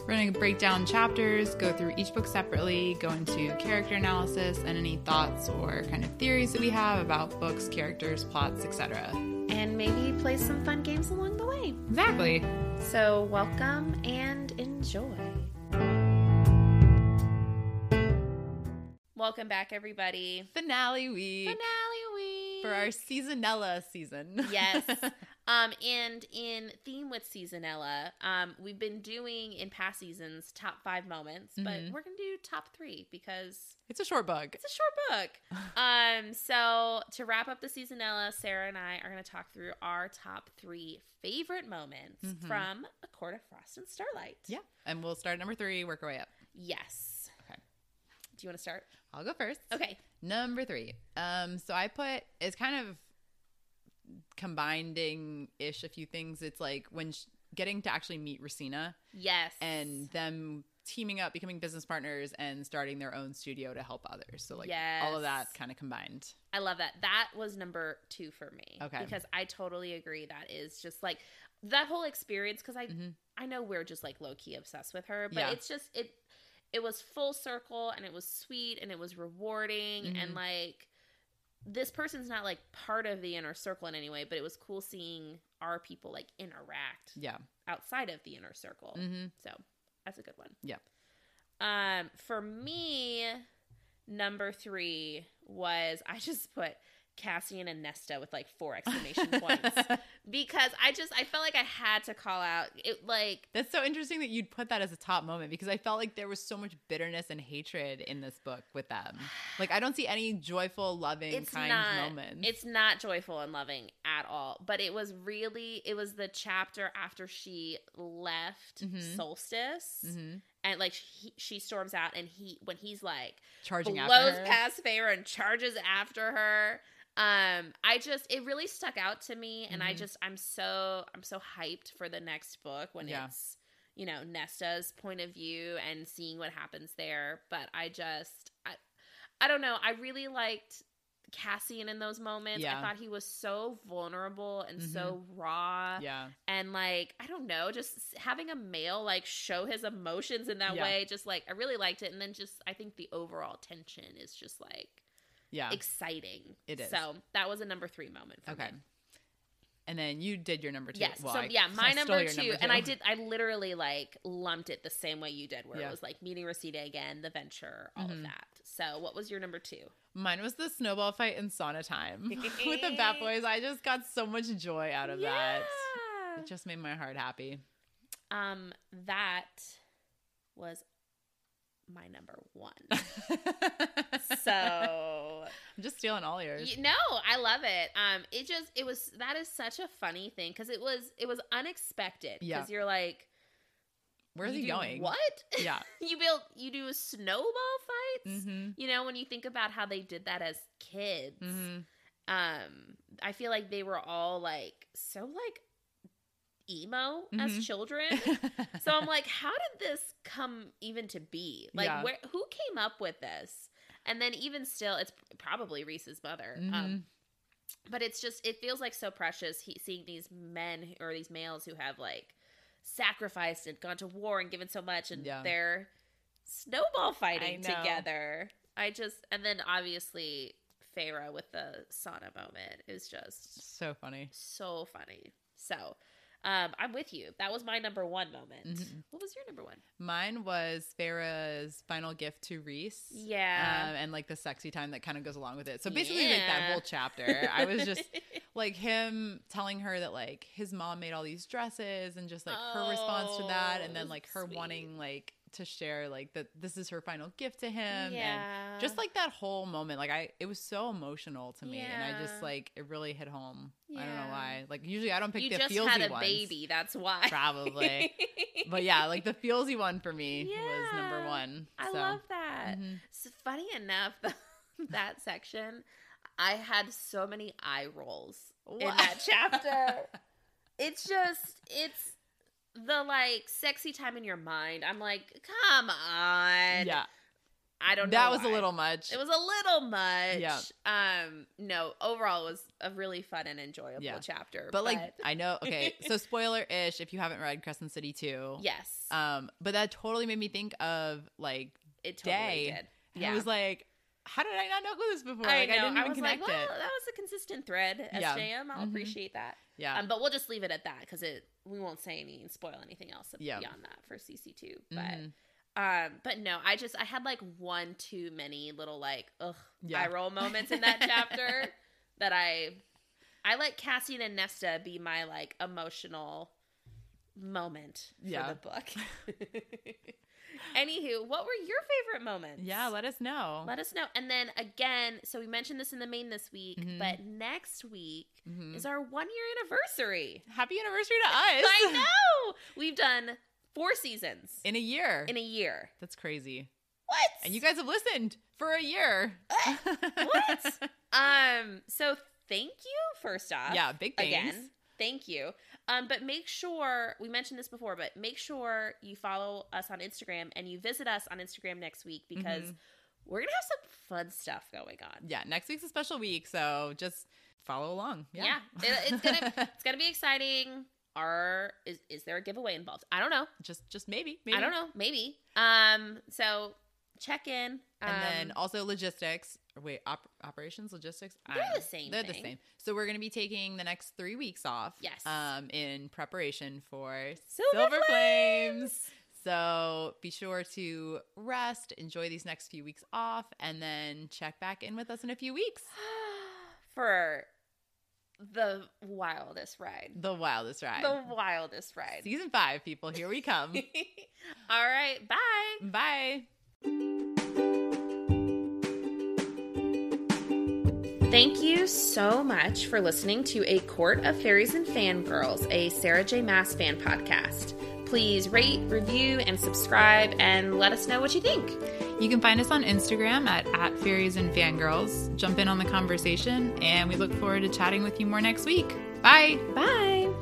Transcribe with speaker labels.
Speaker 1: We're going to break down chapters, go through each book separately, go into character analysis and any thoughts or kind of theories that we have about books, characters, plots, etc.
Speaker 2: And maybe play some fun games along the way.
Speaker 1: Exactly.
Speaker 2: So, welcome and enjoy. Welcome back, everybody.
Speaker 1: Finale week
Speaker 2: Finale week
Speaker 1: for our seasonella season.
Speaker 2: yes. Um, and in theme with seasonella, um, we've been doing in past seasons top five moments,
Speaker 1: Mhm.
Speaker 2: but we're gonna do top three because
Speaker 1: it's a short book.
Speaker 2: it's a short book. um, so to wrap up the seasonella, Sarah and I are going to talk through our top three favorite moments
Speaker 1: Mhm.
Speaker 2: from A Court of Frost and Starlight.
Speaker 1: Yeah. And we'll start at number three, work our way up.
Speaker 2: Yes.
Speaker 1: Okay.
Speaker 2: Do you want to start?
Speaker 1: I'll go first.
Speaker 2: Okay.
Speaker 1: Number three. Um, so I put it's kind of combining ish a few things. It's like when sh- getting to actually meet Racina.
Speaker 2: Yes.
Speaker 1: and them teaming up, becoming business partners, and starting their own studio to help others. So like all of that
Speaker 2: Yes.
Speaker 1: kind of combined.
Speaker 2: I love that. That was number two for me.
Speaker 1: Okay.
Speaker 2: Because I totally agree. That is just like that whole experience. Because I
Speaker 1: Mhm.
Speaker 2: I know we're just like low key obsessed with her, but
Speaker 1: Yeah.
Speaker 2: it's just it it was full circle and it was sweet and it was rewarding and
Speaker 1: Mhm.
Speaker 2: like this person's not like part of the inner circle in any way, but it was cool seeing our people like interact
Speaker 1: Yeah.
Speaker 2: outside of the inner circle.
Speaker 1: hmm
Speaker 2: So that's a good one.
Speaker 1: Yeah.
Speaker 2: Um, for me, number three was I just put Cassian and Nesta with like four exclamation points because I just I felt like I had to call out it like
Speaker 1: That's so interesting that you'd put that as a top moment because I felt like there was so much bitterness and hatred in this book with them. Like I don't see any joyful, loving,
Speaker 2: It's
Speaker 1: kind
Speaker 2: not-
Speaker 1: moments.
Speaker 2: it's not joyful and loving at all. But it was really it was the chapter after she left
Speaker 1: Mhm.
Speaker 2: Solstice
Speaker 1: hmm
Speaker 2: and like he, she storms out and he when he's like
Speaker 1: charging
Speaker 2: blows
Speaker 1: after her.
Speaker 2: past Feyre and charges after her. Um, I just it really stuck out to me, and I
Speaker 1: Mhm.
Speaker 2: just I'm so I'm so hyped for the next book when
Speaker 1: Yeah.
Speaker 2: it's you know Nesta's point of view and seeing what happens there. But I just I I don't know. I really liked Cassian in those moments. I
Speaker 1: Yeah. Mm-hmm.
Speaker 2: thought he was so vulnerable and so raw
Speaker 1: yeah,
Speaker 2: and like i don't know just s- having a male like show his emotions in that
Speaker 1: Yeah.
Speaker 2: way just like i really liked it and then just i think the overall tension is just like
Speaker 1: yeah.
Speaker 2: exciting
Speaker 1: It is.
Speaker 2: so that was a number three moment for
Speaker 1: okay.
Speaker 2: me
Speaker 1: And then you did your number two.
Speaker 2: yes
Speaker 1: Well,
Speaker 2: so
Speaker 1: I-
Speaker 2: yeah
Speaker 1: I
Speaker 2: my
Speaker 1: stole
Speaker 2: number
Speaker 1: your
Speaker 2: two, and i
Speaker 1: two.
Speaker 2: did i literally like lumped it the same way you did where
Speaker 1: Yeah.
Speaker 2: it was like meeting Reseda again the venture all of
Speaker 1: Mhm.
Speaker 2: that so what was your number two
Speaker 1: Mine was the snowball fight in sauna time with the Bat Boys. I just got so much joy out of that.
Speaker 2: Yeah.
Speaker 1: It just made my heart happy.
Speaker 2: um that was my number one
Speaker 1: I'm
Speaker 2: so
Speaker 1: just stealing all yours.
Speaker 2: You, no, I love it. Um, it just it was that is such a funny thing because it was it was unexpected.
Speaker 1: Yeah.
Speaker 2: because you're like,
Speaker 1: Where's
Speaker 2: you
Speaker 1: he
Speaker 2: do
Speaker 1: going?
Speaker 2: What
Speaker 1: Yeah.
Speaker 2: you build? You do snowball fights.
Speaker 1: Mm-hmm.
Speaker 2: You know when you think about how they did that as kids.
Speaker 1: Mm-hmm.
Speaker 2: Um, I feel like they were all like so like emo as
Speaker 1: Mhm.
Speaker 2: children. so I'm like, how did this come even to be? Like,
Speaker 1: Yeah.
Speaker 2: where who came up with this? And then even still, it's probably Reese's mother.
Speaker 1: Mm-hmm.
Speaker 2: Um, but it's just it feels like so precious he, seeing these men who- or these males who have like sacrificed and gone to war and given so much and
Speaker 1: Yeah.
Speaker 2: they're snowball fighting
Speaker 1: know.
Speaker 2: together i just and then obviously pharaoh with the sauna moment is just
Speaker 1: so funny.
Speaker 2: so funny so um i'm with you that was my number one moment
Speaker 1: Mhm.
Speaker 2: what was your number one
Speaker 1: Mine was Farah's final gift to Reese.
Speaker 2: yeah
Speaker 1: Um, and like the sexy time that kind of goes along with it. So basically, like that
Speaker 2: Yeah.
Speaker 1: whole chapter, I was just like him telling her that like his mom made all these dresses and just like her response to that and
Speaker 2: Oh,
Speaker 1: then like her
Speaker 2: sweet.
Speaker 1: wanting like to share like that this is her final gift to him and
Speaker 2: yeah
Speaker 1: just like that whole moment like i it was so emotional to me and i
Speaker 2: Yeah.
Speaker 1: just like it really hit home i don't
Speaker 2: Yeah.
Speaker 1: know why like usually i don't pick
Speaker 2: you
Speaker 1: the
Speaker 2: just
Speaker 1: feelsy
Speaker 2: had a
Speaker 1: ones
Speaker 2: baby that's why
Speaker 1: probably but yeah like the feelsy one for me was
Speaker 2: Yeah.
Speaker 1: number one
Speaker 2: I
Speaker 1: so
Speaker 2: love that.
Speaker 1: mhm.
Speaker 2: So funny enough, that section, I had so many eye rolls in
Speaker 1: What?
Speaker 2: that chapter. it's just it's the like sexy time in your mind. I'm like, come on.
Speaker 1: yeah,
Speaker 2: I don't know.
Speaker 1: that was a
Speaker 2: why.
Speaker 1: little much.
Speaker 2: It was a little much.
Speaker 1: Yeah.
Speaker 2: Um, no, overall it was a really fun and enjoyable
Speaker 1: Yeah.
Speaker 2: chapter.
Speaker 1: but like, I know. Okay, so spoiler ish if you haven't read Crescent City two.
Speaker 2: yes.
Speaker 1: Um, but that totally made me think of like
Speaker 2: it totally
Speaker 1: day.
Speaker 2: did.
Speaker 1: And I was like, how did I not know this before?
Speaker 2: I
Speaker 1: like,
Speaker 2: know.
Speaker 1: I didn't even
Speaker 2: was
Speaker 1: connect
Speaker 2: like, well,
Speaker 1: it.
Speaker 2: that was a consistent thread, SJM.
Speaker 1: Yeah.
Speaker 2: I'll
Speaker 1: Mhm.
Speaker 2: appreciate that.
Speaker 1: Yeah.
Speaker 2: Um, but we'll just leave it at that because it we won't say any and spoil anything else
Speaker 1: Yeah.
Speaker 2: beyond that for CC two. But
Speaker 1: Mhm.
Speaker 2: um, but no, I just I had like one too many little like ugh
Speaker 1: Yeah.
Speaker 2: eye roll moments in that chapter that I I let Cassian and Nesta be my like emotional moment for
Speaker 1: Yeah.
Speaker 2: the book. Anywho, what were your favorite moments?
Speaker 1: yeah, let us know.
Speaker 2: Let us know. And then again, so we mentioned this in the main this week,
Speaker 1: Mhm.
Speaker 2: but next week
Speaker 1: Mhm.
Speaker 2: is our one year anniversary.
Speaker 1: Happy anniversary to us.
Speaker 2: I know. We've done four seasons
Speaker 1: In a year.
Speaker 2: in a year.
Speaker 1: That's crazy.
Speaker 2: What?
Speaker 1: And you guys have listened for a year.
Speaker 2: what? Um, so thank you, first off.
Speaker 1: Yeah, big thanks.
Speaker 2: Again. Thank you. Um, but make sure we mentioned this before, but make sure you follow us on Instagram and you visit us on Instagram next week because
Speaker 1: Mm-hmm.
Speaker 2: we're gonna have some fun stuff going on.
Speaker 1: Yeah, next week's a special week, so just follow along.
Speaker 2: Yeah,
Speaker 1: Yeah.
Speaker 2: It- it's gonna it's gonna be exciting. Are is is there a giveaway involved? I don't know.
Speaker 1: just just maybe, maybe.
Speaker 2: I don't know. Maybe. Um. So check in. Um,
Speaker 1: And then also logistics. Or wait, op- operations, logistics. I
Speaker 2: They're
Speaker 1: don't know.
Speaker 2: the same
Speaker 1: They're the
Speaker 2: thing.
Speaker 1: same. So we're going to be taking the next three weeks off.
Speaker 2: Yes.
Speaker 1: Um, in preparation for
Speaker 2: Silver
Speaker 1: Silver, Flames. So be sure to rest, enjoy these next few weeks off, and then check back in with us in a few weeks.
Speaker 2: for the wildest ride,
Speaker 1: The wildest ride.
Speaker 2: the wildest ride.
Speaker 1: Season five, people. Here we come.
Speaker 2: All right. Bye.
Speaker 1: Bye.
Speaker 2: Thank you so much for listening to A Court of Fairies and Fangirls, a Sarah J. Mass fan podcast. Please rate, review, and subscribe and let us know what you think.
Speaker 1: You can find us on Instagram at, at Fairies and Fangirls. Jump in on the conversation, and we look forward to chatting with you more next week. Bye.
Speaker 2: Bye.